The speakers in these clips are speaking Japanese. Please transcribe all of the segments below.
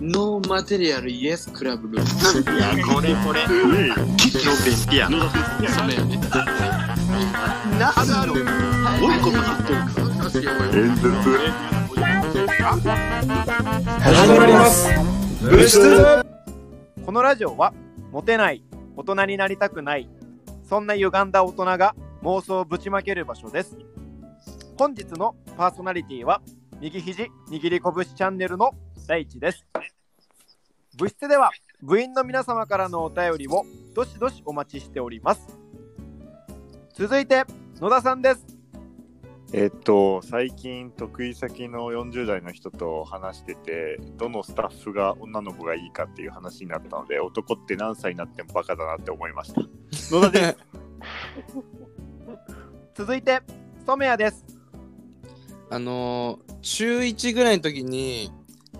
ノーマテリアルイエスクラブルーム。いや、これこれ。キッチンペンピアノ。そうだよね。なんだろう。どういうことだ演説始まります物質このラジオはモテない大人になりたくないそんな歪んだ大人が妄想をぶちまける場所です本日のパーソナリティは右肘握り拳チャンネルの大地です部室では部員の皆様からのお便りをどしどしお待ちしております続いて野田さんですえっと最近得意先の40代の人と話しててどのスタッフが女の子がいいかっていう話になったので男って何歳になってもバカだなって思いました野田です続いて染谷です あのー、中1ぐらいの時に、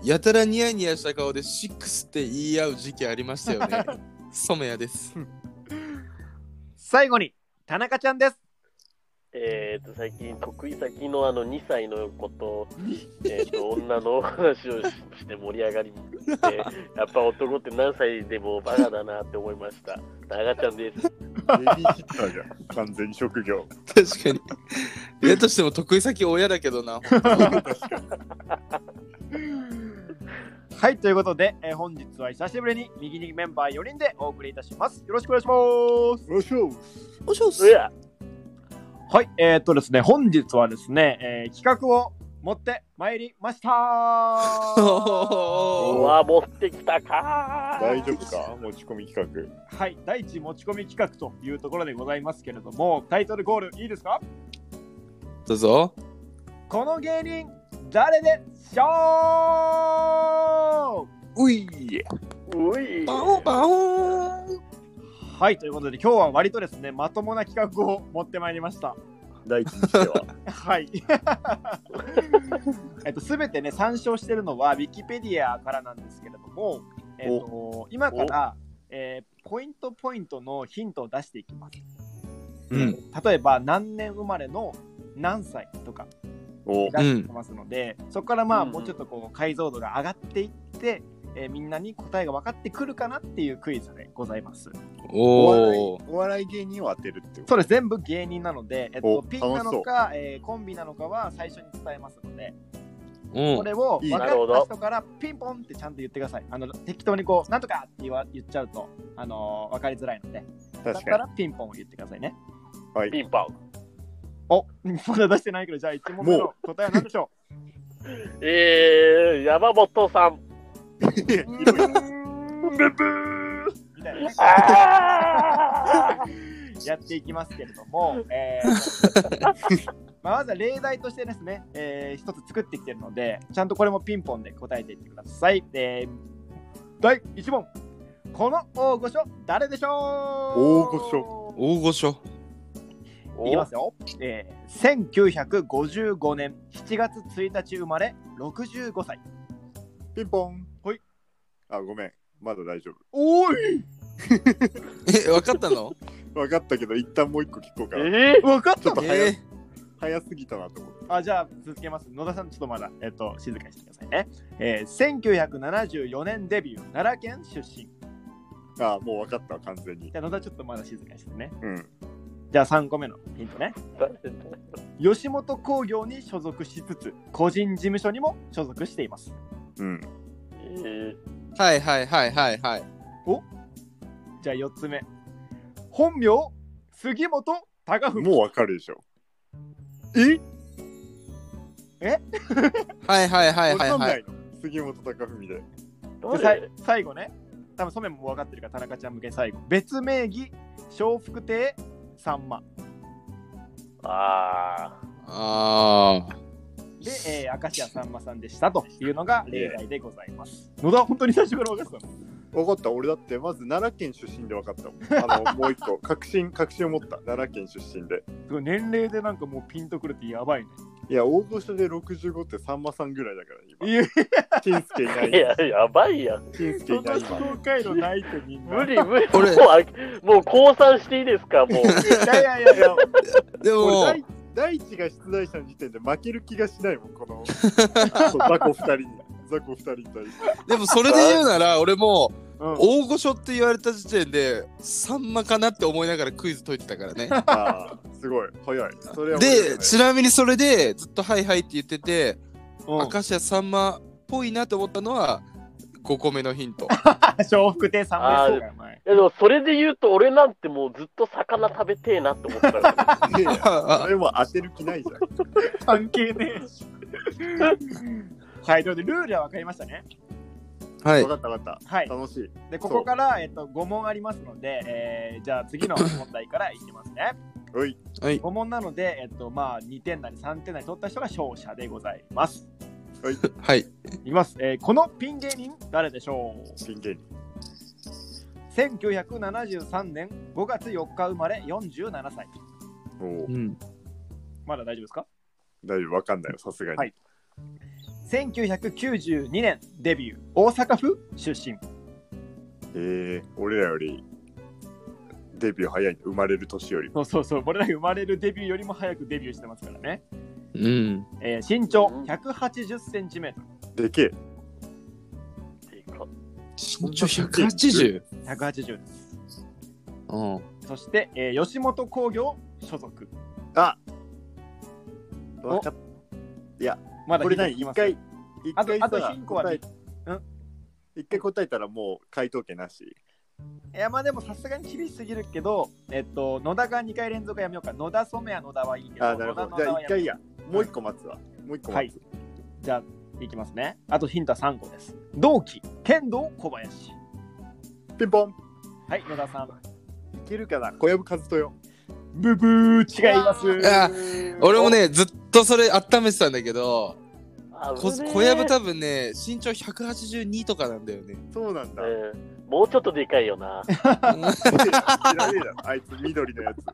やたらニヤニヤした顔でシックスって言い合う時期ありましたよ ね。染谷です。最後に田中ちゃんですえー、と最近、得意先のあの2歳の子と,、えー、と女の話をしして盛り上がりに行って、やっぱ男って何歳でもバカだなって思いました。長ちゃんです。ベビーシッターじゃ ん完全に職業確 かに。やとしても得意先親だけどな。はい、ということで、えー本日は久しぶりに右にメンバー4人でお送りいたします。よろしくお願いします。よいしょおしょっ うやはい、えー、っとですね、本日はですね、えー企画を持ってまいりました。おうはわ、持ってきたか大丈夫か持ち込み企画い、第一持ち込み企画というところでございますけれども、タイトルゴールいいですかどうぞ。この芸人、誰でしょうういえういバオンバオンはい、ということで、今日は割とですね、まともな企画を持ってまいりました。第一にしてははい。 えっと、すべてね、参照してるのは、ウィキペディアからなんですけれども、えっと、今から、えーポイントポイントのヒントを出していきます。うん。例えば、何年生まれの何歳とかお出してきますので、そこからまあ、うんうんもうちょっとこう、解像度が上がっていって、えーみんなに答えが分かってくるかなっていうクイズでございます。おお。お笑い芸人を当てるってことそれ全部芸人なので、えっおと、ピンな楽しそのうか、えーコンビなのかは最初に伝えますので、うんこれを分かなるほったど人からピンポンってちゃんと言ってください。あの適当にこう、なんとかって言わ言っちゃうと、あのー分かりづらいので、だ確かかにらピンポンを言ってくださいね。はいピンポン。おまだ出してないけど、じゃあ1問目の答えは何でしょえー、山本さん。 うみたいなね、あやっていきますけれども、え ーまあまずは例題としてですね、えー一つ作ってきてるので、ちゃんとこれもピンポンで答えていってください。えー第1問、この大御所、誰でしょう大御所大御所。いきますよ、えー、1955年7月1日生まれ65歳ピンポンほいあごめんまだ大丈おいえ、わかった の夫分かったけど一旦もう一個聞こうかな え分かっちょっと早,、え早すぎたなと思ってあじゃあ続けます野田さんちょっとまだ、えっと静かにしてくださいね、えー、1974年デビュー奈良県出身じあもう分かったわ完全にゃあ野田ちょっとまだ静かにしてねうんじゃあ3個目のヒントねー吉本興業に所属しつつ個人事務所にも所属しています うんえーはいはいはいはいはい。じゃあ4つ目本名杉本隆文もう分かるでしょはいはいはい分はいかんは。ないいの杉本隆文ででー、さ誰い最後ね、多分染めも分かってるから、田中ちゃん向けに最後。別名義、笑福亭さんま。あああ。で、えー、明石家さんまさんでしたというのが例題でございます。野田、本当に最初から分かってたの分かった俺だってまず奈良県出身で分かったもんあのもう一個確信確信を持った奈良県出身ですごい年齢でなんかもうピンとくるってやばいね。いや大御所で65ってさんまさんぐらいだからい今や、金助いなあ。いいや、やばいやん。金助そいんなない思今考回路ないってみんな。無理無理。俺もうあもう降参していいですかもう。いやいやいやいや、でも俺、大地が出題した時点で負ける気がしないもん、 このそう雑魚二人に。雑魚二人に対して。でもそれで言うなら、俺もうん大御所って言われた時点で、サンマかなって思いながらクイズ解いてたからね。ああ、すごい。早い。 それは面白いねで、ちなみにそれでずっとはいはいって言ってて、うん明石家さんまっぽいなって思ったのは5個目のヒン ト。笑福亭さんもそうだよ、前。いやでもそれで言うと俺なんてもうずっと魚食べてえなって思ったから、いやいやそあれも当てる気ないじゃん。関係ねえし。はい、ということで、ルールは分かりましたね。はい分。かった分かっはいた。。楽しい。で、ここから、えっと、5問ありますので、えーじゃあ次の問題からいきますね。おい。はい。 5問なので、えっと、まあ、2点なり3点なり取った人が勝者でございます。はい。いきます。えーこのピン芸人、誰でしょう真剣に。 1973年5月4日生まれ47歳。おおう、ん。まだ大丈夫ですか大丈夫。分かんないよ、さすがに。はい ?1992 年デビュー、大阪府出身。えー、俺らよりデビュー早い、生まれる年よりも。そうそうそう、俺らが生まれるデビューよりも早くデビューしてますからね。うん。えー身長180センチメートでけえ。っていうか身長 180? ル、180です。うん。そして、えー吉本興業所属。あ分かっまだこれ何ヒン一トいきます回、一あと回あとさヒントは答えうん一回答えたらもう回答権なし。いやまあでもさすがに厳しすぎるけど、えっと、野田が2回連続はやめようか。野田染谷野田はいいけど、あ、なるほ野ど。田じ野田はゃあやめよ一回や。もう一個待つわ。もう一個待つ。うじゃあ、いきますね。あとヒントは3個です。同期、剣道小林。ピンポンはい、野田さん。いけるかな小籔和豊。ブブー、違います。あ俺もね、ずっとそれ温めてたんだけど、あこぶねえ小籔多分ね、身長182とかなんだよ ね。そうなんだ。うんもうちょっとでかいよな知らねえだろ。 あいつ緑のやつ。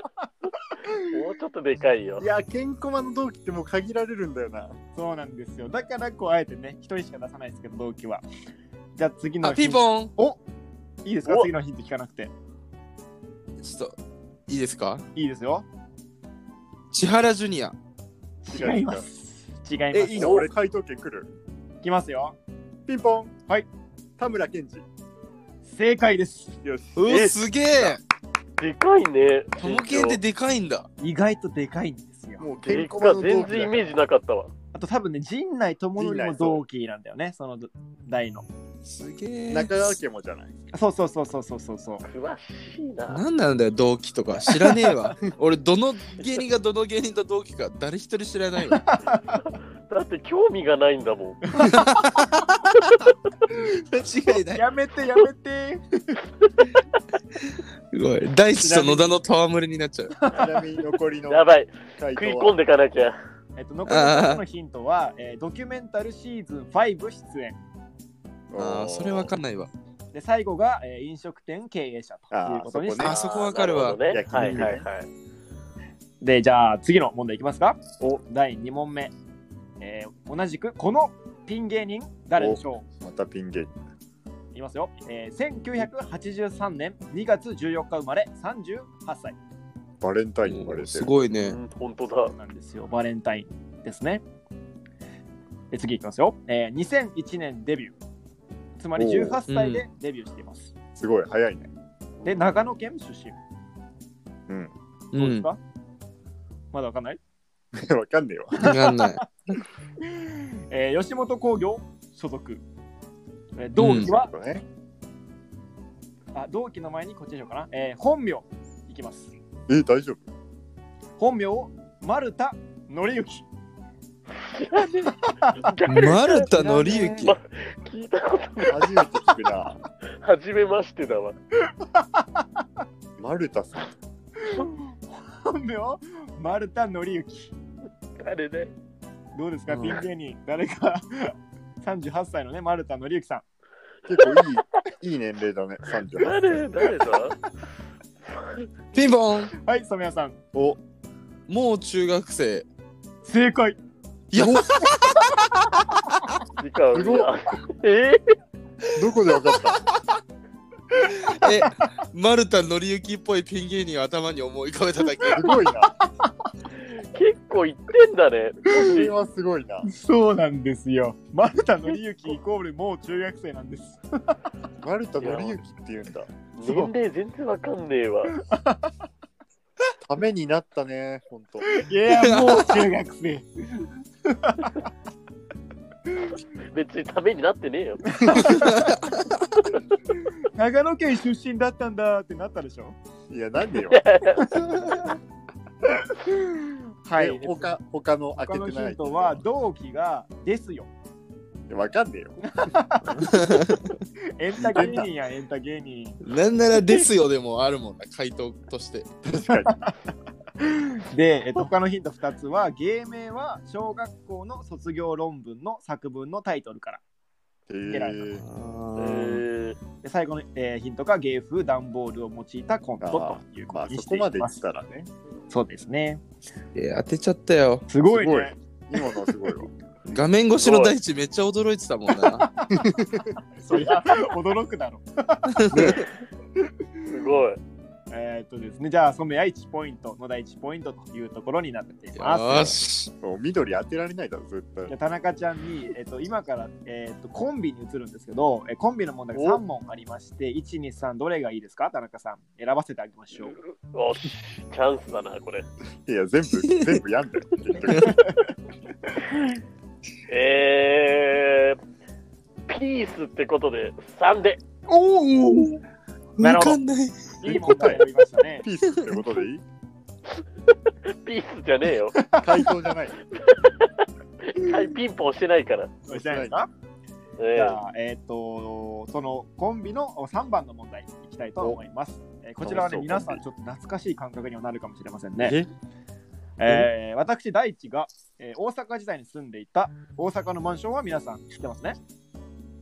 もうちょっとでかいよいや、ケンコマの同期ってもう限られるんだよな。 そうなんですよ。だから、こう、あえてね、1人しか出さないですけど、同期は。じゃあ次のあ、ピンンポントいいですかお次のヒント聞かなくて。ちょっと、いいですかいいですよ。千原ジュニア。違違いいま。ます違います。え、いいのお俺回答権来る。いきますよ。ピンポンはい。田村健二。正解です。よし。うえわ、すげえでかいねタモケンってでかいんだ。意外とでかいんですよ。もうケでンっコマのか同全期然イだメージなかったわあと多分ね、陣内智則陣も内そう同期なんだよね、その代の。すげえ。中川家も じゃない。そうそうそうそうそうそうそう。詳しいななんなんだよ同期とか知らねえ わ俺どの芸人がどの芸人と同期か誰一人知らないわだって興味がないんだもん間違いない やめてやめて すごい大地と野田の戯れになっちゃうちなみに残りのやばい回食い答込んはでかなきゃえっと、残りののヒントは、えードキュメンタルシーズン5出演。あーそれわかんないわで、最後が、えー飲食店経営者ということにしてねあそこわかるわなほどね焼はい肉ねはいはいで、じゃあ次の問題いきますか。お第2問目。えー同じく、このピン芸人、誰でしょまたピン芸人。ういきますよ、えー。1983年2月14日生まれ38歳バレンタイン言われてする。ごいうねん本 当だなんですよ。バレンタインですね。で次いきますよ、えー。2001年デビュー。つまりおー18歳でデビューしています。すごい、早いね。 で、長野県出身。うん。うどうですんか、まだわかんないわかんねえわ。わかんないえー吉本興業所属。えー同期は、ね、あ、同期の前にこっちでしょうかな。えー本名いきます。え、大丈夫本名を丸田紀之。丸田紀之ま聞いたこと初めて聞くな。初めましてだわマルタさん。本名を丸田紀之。誰だよどうですか、うんピン芸人。誰か 38歳のね、丸田紀之さん。結構いい、いい年齢だね。38歳。誰誰だピンポンはい、染谷さん。お、もう中学生正解。いや時間すごいえどこでわかった え丸田紀之っぽいピン芸人を頭に思い浮かべただけすごいな。結構言ってんだね。それはすごいな。そうなんですよ。丸田紀之イコールもう中学生なんです。丸田紀之って言うんだ。年齢全然わかんねえわ。ためになったね、本当。いや、もう中学 生。別にためになってねえよ。長野県出身だったんだってなったでしょいや、なんでよ。はで他他の開け他てのヒないントは、同期がですよ。わかんねえよ。エンタ芸人や、エンタ芸人。なんならですよでもあるもんな、回答として。確か で、えっと、他のヒント2つは、芸名は小学校の卒業論文の作文のタイトルから。に。へ偉いえ。えー、で最後の、えーヒントが芸風段ボールを用いたコントというこまとあ、にそしてこいまでま言っす。たらね。そうですね。えー当てちゃったよ。すすごいごいね。。今のはすごいわ。画面越しの大地めっちゃ驚いてたもん な。そりゃ驚くだろう。すごい。えーっとですね、じゃあ、染谷1ポイント、野田1ポイントというところになっていよます。ーし。もう緑当てられないだろ、絶対じゃ。あ田中ちゃんに、えっと、今から、えっと、コンビに移るんですけど、えコンビの問題が3問ありまして、1、2、3、どれがいいですか田中さん、選ばせてあげましょう。おし、チャンスだな、これ。い や、全部、全部やんだよ。結局えー、ピースってことで3で。おおなわるほどかんない。いい問題選びましたね。ピースってことでいいピースじゃねえよ。回答じゃない。はい、ピンポン押してないから。おいしゃいですかえじーゃあ、えっと、そのコンビの3番の問題いきたいと思います。えーこちらはね、そうそう皆さんちょっと懐かしい感覚にはなるかもしれませんね。ええー私、大地が、えー大阪時代に住んでいた大阪のマンションは皆さん知ってますね。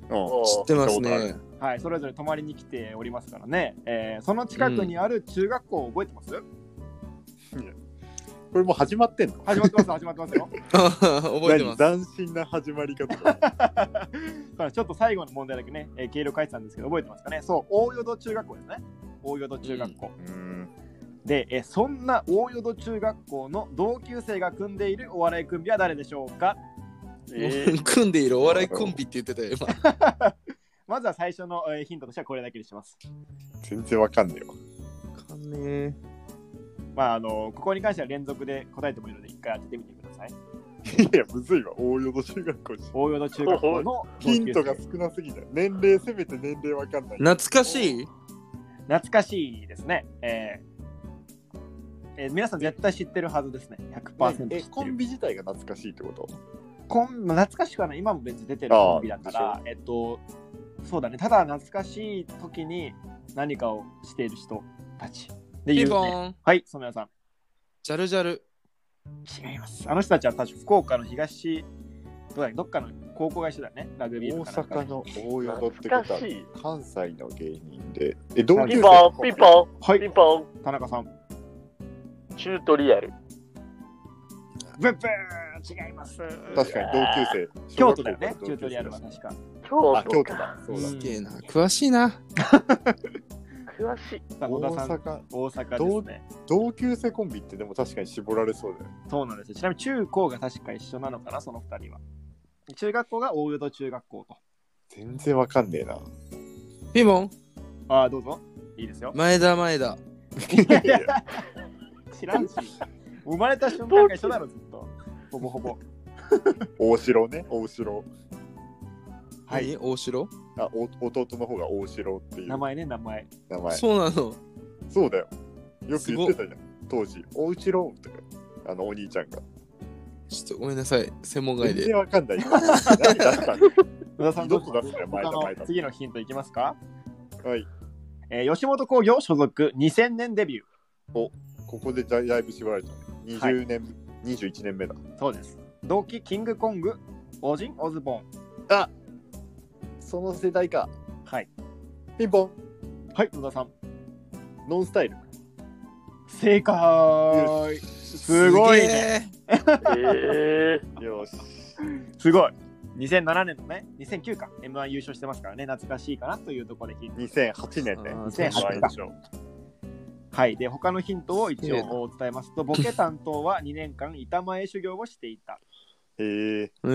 うん。知ってます聞いね。はい、それぞれ泊まりに来ておりますからね。えーその近くにある中学校を覚えてます、これもう始まってんの始まってます、始まってますよ。覚えてま何す。斬新な始まり方だ。ただちょっと最後の問題だけね、えー、計量書いてたんですけど、覚えてますかね。そう、大淀中学校ですね。大淀中学校。うーん。で、えーそんな大淀中学校の同級生が組んでいるお笑い組は誰でしょうかえー組んでいるお笑いコンビって言ってたよ、今。まずは最初の、えーヒントとしてはこれだけにします。全然わかんねえわ。まあ、あのここに関しては連続で答えてもいいので、一回当ててみてください。いや、むずいわ。大淀中学校大淀中学 校の同級ヒ生ントが少なすぎだよ。年齢、せめて年齢わかんない。懐かしい懐かしいですね。えーえー皆さん絶対知ってるはずですね。100%知ってえ、る。コンビ自体が懐かしいってことコン懐かしくはない。今も別に出てるコンビだから、えっと、そうだね。ただ懐かしい時に何かをしている人たち。で、ピ言ンうポね。ーン。はい、染谷さん。ジャルジャル。違います。あの人たちは確か福岡の東、どうだどっかの高校が一緒だよね。ラグビー部大かなんか阪の大淀って懐ことかはしい。関西の芸人で。え、同ピ級生ンポン、ピンポはン、ピいン、ポン、田中さん。チュートリアル。ブッブー違います。確かに同級生。京都だよね。小チュー学校から同級生トリアルは確か。京あ、都京か都だ。そうだ。すげえな。詳しいな。詳しい。さあ、大野田さん。阪、大阪どですうね。同級生コンビってでも確かに絞られそうだよね。そうなんですよ。ちなみに中高が確か一緒なのかな、その二人は。中学校が大淀中学校と。全然わかんね えな。ピンポン。ああ、どうぞ。いいですよ。前田前田。いや知らん し。生まれた瞬間が一緒だろ、ずっと。ほぼほぼ。大城ね、大城。はい何。大城あ、お弟の方が大城ってい名う名前。前ね、名前。そうなの。そうだよ。よく言ってたじゃん。当時、大城とか、あのお兄ちゃんが。ちょっとごめんなさい。専門外全で然。わかん ない。何だったの野田さん、どうぞどこ出すのよ前田他の前田次のヒントいきますか。はい。えー吉本興業所属2000年デビュここでだいだいぶ縛られたね。はい20年、21年目だ。ー。そうです。同期、キングコング、オジン・オズボン。その世代か。はい。ピンポン、はい、野田さん。ノンスタイル。正解。すごいね。えよし。すごい。2007年のね、2009か、M1 優勝してますからね、懐かしいかなというところでヒント 2008年ね。あー2008はいかでしょはい。で、他のヒントを一ええな応伝えますと、ボケ担当は2年間板前修行をしていた。えー、え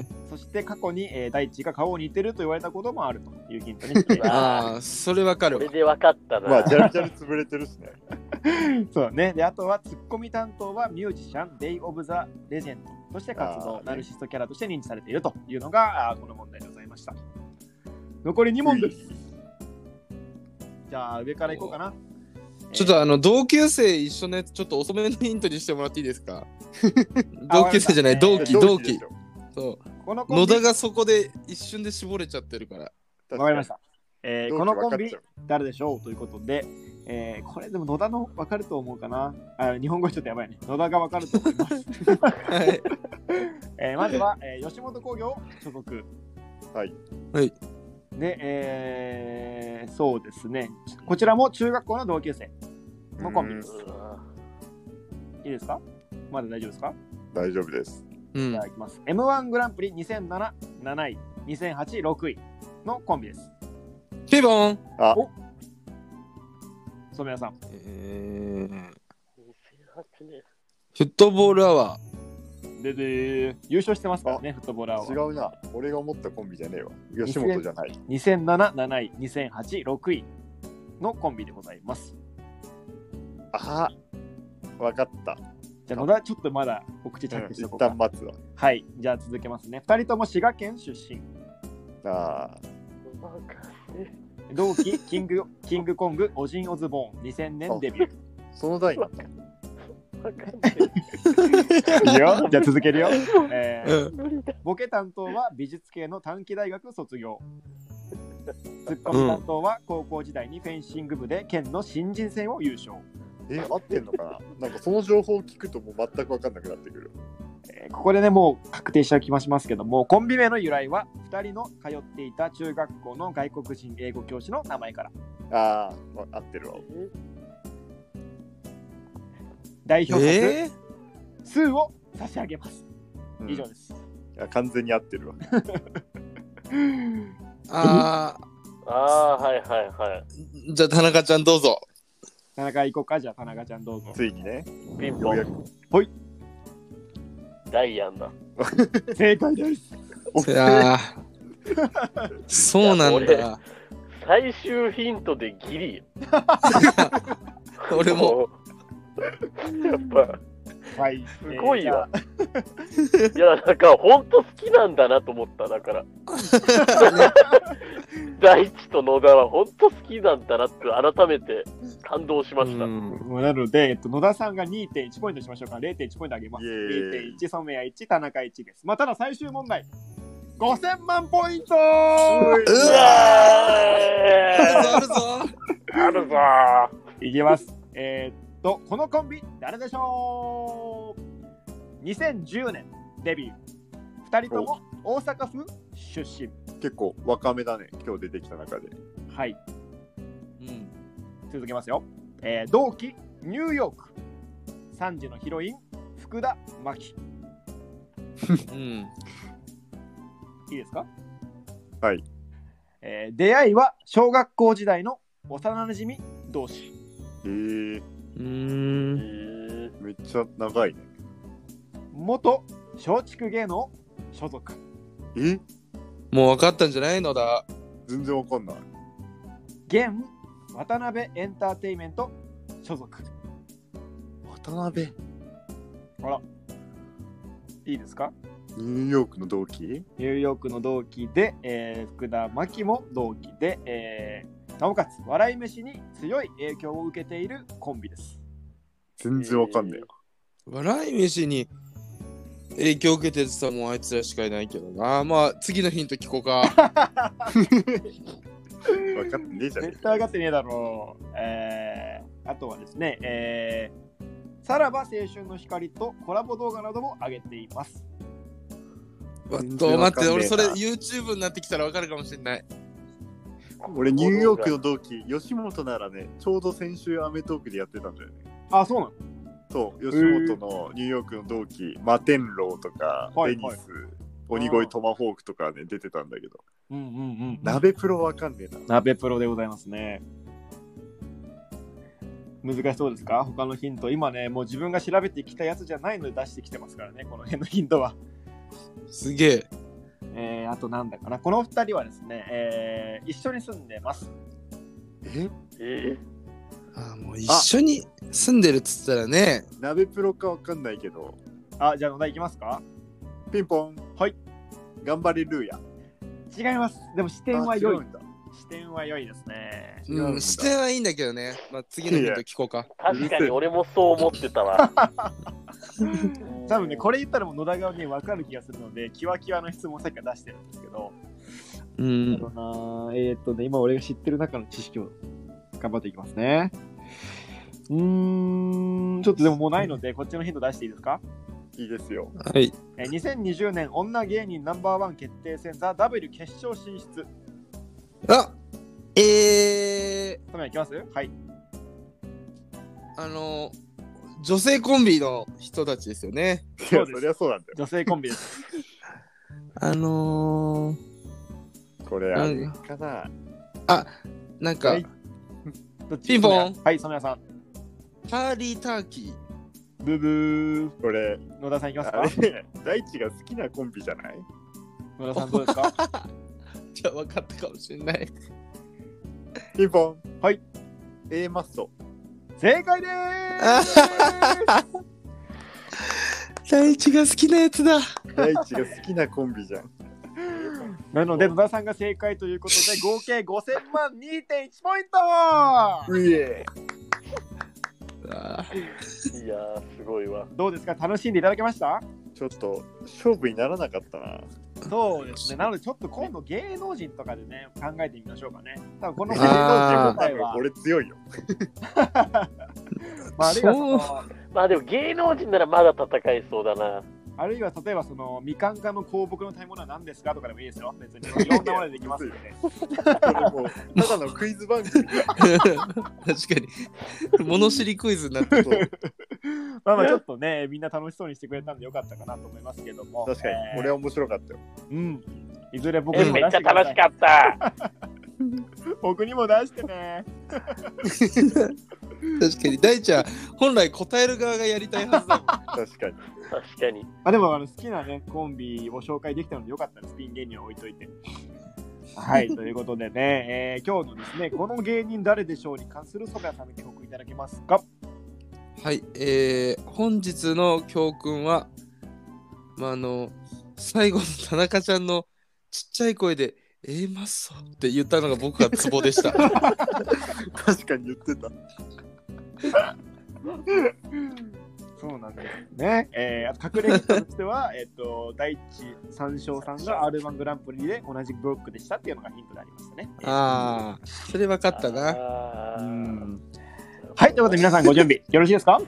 ー、そして過去に、えー大地が顔を似てると言われたこともあるというヒントにしていま す。ああ、それわかるこわれ。で分かったな。まあ、ジャルジャル潰れてるっすね。そうだね。で、あとはツッコミ担当はミュージシャン、デイ・オブ・ザ・レジェンドとして活あ動、ーねナルシストキャラとして認知されているというのが、あーこの問題でございました。残り2問です。じゃあ、上からいこうかな。ちょっとあの、同級生一緒のやつ、ちょっと遅めのヒントにしてもらっていいです か同級生じゃなあい、わ同か期、り同で期し。ょそえーこのう。コン野ビ田がそこで一瞬で絞れちゃってるから。確わかりましにた。えー同期このコン分ビかっちゃ誰でしょうということで、えーこれでも野田の分かると思うかなあ日本語ちょっとやばいね。野田が分かると思い ます。はい。えーまずは、えー吉本興業所属。うはい。で、えーそうですね。こちらも中学校の同級生。のコンビうんういいですかまだ大丈夫ですか、大丈夫です。うんじゃ。あいきます。M1 グランプリ2007、7位、2008、6位のコンビです。ピボンあお、染谷さん。えー、ん2008年フットボールアワでで優勝してますからね、フットボーラー違は。うな。俺が思ったコンビじゃねえわ。吉本じゃない。 2007、7位、2008、6位のコンビでございます。ああ、わかった。じゃあ野田、ちょっとまだお口チャックし一とこうか。旦待つわ。はい、じゃあ続けますね。2人とも滋賀県出身。あわかんね同期、キング、キングコング、オジン・オズボーン、2000年デビュー。あ、その代になった。えわかんねいいよ、 じゃあ続けるよ。えー。うん。ーえ無理だ。ボケ担当は美術系の短期大学卒業。ツッコミ担当は高校時代にフェンシング部で県の新人戦を優勝。え、合ってんの かななんかその情報を聞くともう全く分かんなくなってくる。えーここでね、もう確定した気もしますけども、コンビ名の由来は2人の通っていた中学校の外国人英語教師の名前から。ああ、わ合ってるわ。代表作、え数を差し上げます。うん以上です。いや完全に合って るわ。ー、あああー、はいはいはい。ー、じゃあ田中ちゃんどうぞ。田中行こうか、じゃあ田中ちゃんどうぞ。ついにね。ピンよポうやン。くダイアンだ。正解です。いやーそうなんいやだ。最終ヒントでギリよ。俺 も。やっぱ、はい、すごいわ。いや、なんか、ほんと好きなんだなと思った。だから、大地と野田はほんと好きなんだなって、改めて感動しました。うんもうなので、えっと、野田さんが2.1ポイントしましょうか。0.1ポイントあげます。イエーイ2.1、染谷1、田中1です。まあ、ただ最終問題。5000万ポイントうあるぞわあるぞあるぞいきます。えーっと、このコンビ、誰でしょう ?2010 年デビュー。二人とも大阪府出身。結構若めだね。今日出てきた中で。はい、うん続けますよ。えー同期、ニューヨーク。3時のヒロイン、福田真紀。うん。いいですかはい。えー出会いは小学校時代の幼馴染み同士。えー、うーん。めっちゃ長いね。元松竹芸能所属。えもう分かったんじゃないのだ。全然わかんない。現渡辺エンターテインメント所属。渡辺。いいですかニューヨークの同期ニューヨークの同期で、えー福田真希も同期で、えーなおかつ笑い飯に強い影響を受けているコンビです。全然わかんない。笑い飯に影響を受けてるって言ったらもうあいつらしかいないけどな。まあ次のヒント聞こう か。わかってねえじゃね絶対上がってねえだろう。えーあとはですね、えーさらば青春の光とコラボ動画なども上げています。わっ全と然わ待っかんて、ねえな俺それ YouTube になってきたら分かるかもしれない。えか。俺、ニューヨークの同期、吉本ならね、ちょうど先週アメトークでやってたんだよね。あ、そうなのそう、吉本のニューヨークの同期、マテンロウとか、はいデニス、鬼越トマホークとかね、出てたんだけど、うんうんうん。鍋プロわかんねえな。鍋プロでございますね。難しそうですか他のヒント。今ね、もう自分が調べてきたやつじゃないので出してきてますからね、この辺のヒントは。すげえ。えー、あとなんだかな。この二人はですね、えー、一緒に住んでます。ええあーもう一緒に住んでるっつったらね、鍋プロかわかんないけど、あ、じゃあ野田いきますかピンポン。はい。頑張れルーヤ。違います。でも視点あは違良うい。んだ。視点は良いですね。違うんうだん、視点はいいんだけどね。まあ、次のヒント聞こうか。確かに俺もそう思ってたわ。多分ね、これ言ったらもう野田側に分かる気がするので、キワキワの質問をさっきから出してるんですけど、うなんん。だろうなえーっとね、今俺が知ってる中の知識を頑張っていきますね。うーん、ちょっとでももうないので、こっちのヒント出していいですかいいですよ。はい。えー2020年女芸人ナンバーワン決定戦ザ・ W 決勝進出。あえー、トメいきますはい。あの、女性コンビの人たちですよね。いそや、うですそりゃそうなんだよ。女性コンビです。あのこー、れ、あなれんか、かな。なんか、はいどっちピンポンはい、染谷さん。ハーリーターキブーブこれ、ー。野田さんいきますあかれ、大地が好きなコンビじゃない野田さんどうですかー。じゃあ分かったかもしれない。ピンポン。はい。 A マッソ。正解でーす大地が好きなやつだ。大地が好きなコンビじゃん。なので野田さんが正解ということで合計5000万2.1ポイントうえいやー、すごいわ。どうですか楽しんでいただけましたちょっと、勝負にならなかったな。そうですね。なのでちょっと今度芸能人とかでね考えてみましょうかね。多分この芸芸能人あー能も人今多分回俺 強いよ。は、まあ、あるいはそのまあでも芸能人ならまだ戦いそうだな。あるいは例えばそのみかん科の香木の食べ物は何ですかとかでもいいですよ。別にいろんなものでできますよね。これもうただのクイズ番組だ 確かに。物知りクイズにな ってる。と。まあまあちょっとね、みんな楽しそうにしてくれたんでよかったかなと思いますけども。確か に、えー俺は面白かったよ。うん。いずれ僕え、にもめ出っしちゃてくだ楽さしい。かった。僕にも出してね。確かに。大地は本来答える側がやりたいはずだもん。確かに。確かに。あでもあの好きなねコンビを紹介できたのでよかったらスピン芸人は置いといて。はい、 ということでね、えー今日のですね、この芸人誰でしょうに関するソフィアさんの曲いただけますか はい、えー、本日の教訓は、まあ、あの、最後の田中ちゃんのちっちゃい声で、えー、マッソって言ったのが僕がツボで した。確かに言ってた。そうなんですね。えー、あと隠れ人としては、 えっと、第一三章さんが R1 グランプリで同じブロックでしたっていうのがヒントでありましたね。ああ、それ分かったな。あーはい、ということで皆さんご準備よろしいですか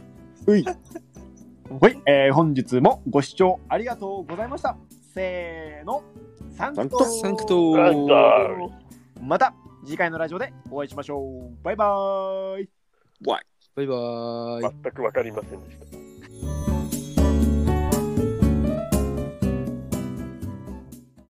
うい。はい、えー本日もご視聴ありがとうございました。せーの、サンクトサンクトサンクトまた次回のラジオでお会いしましょう。バイバーイ。バイバーイ。全くわかりませんでした。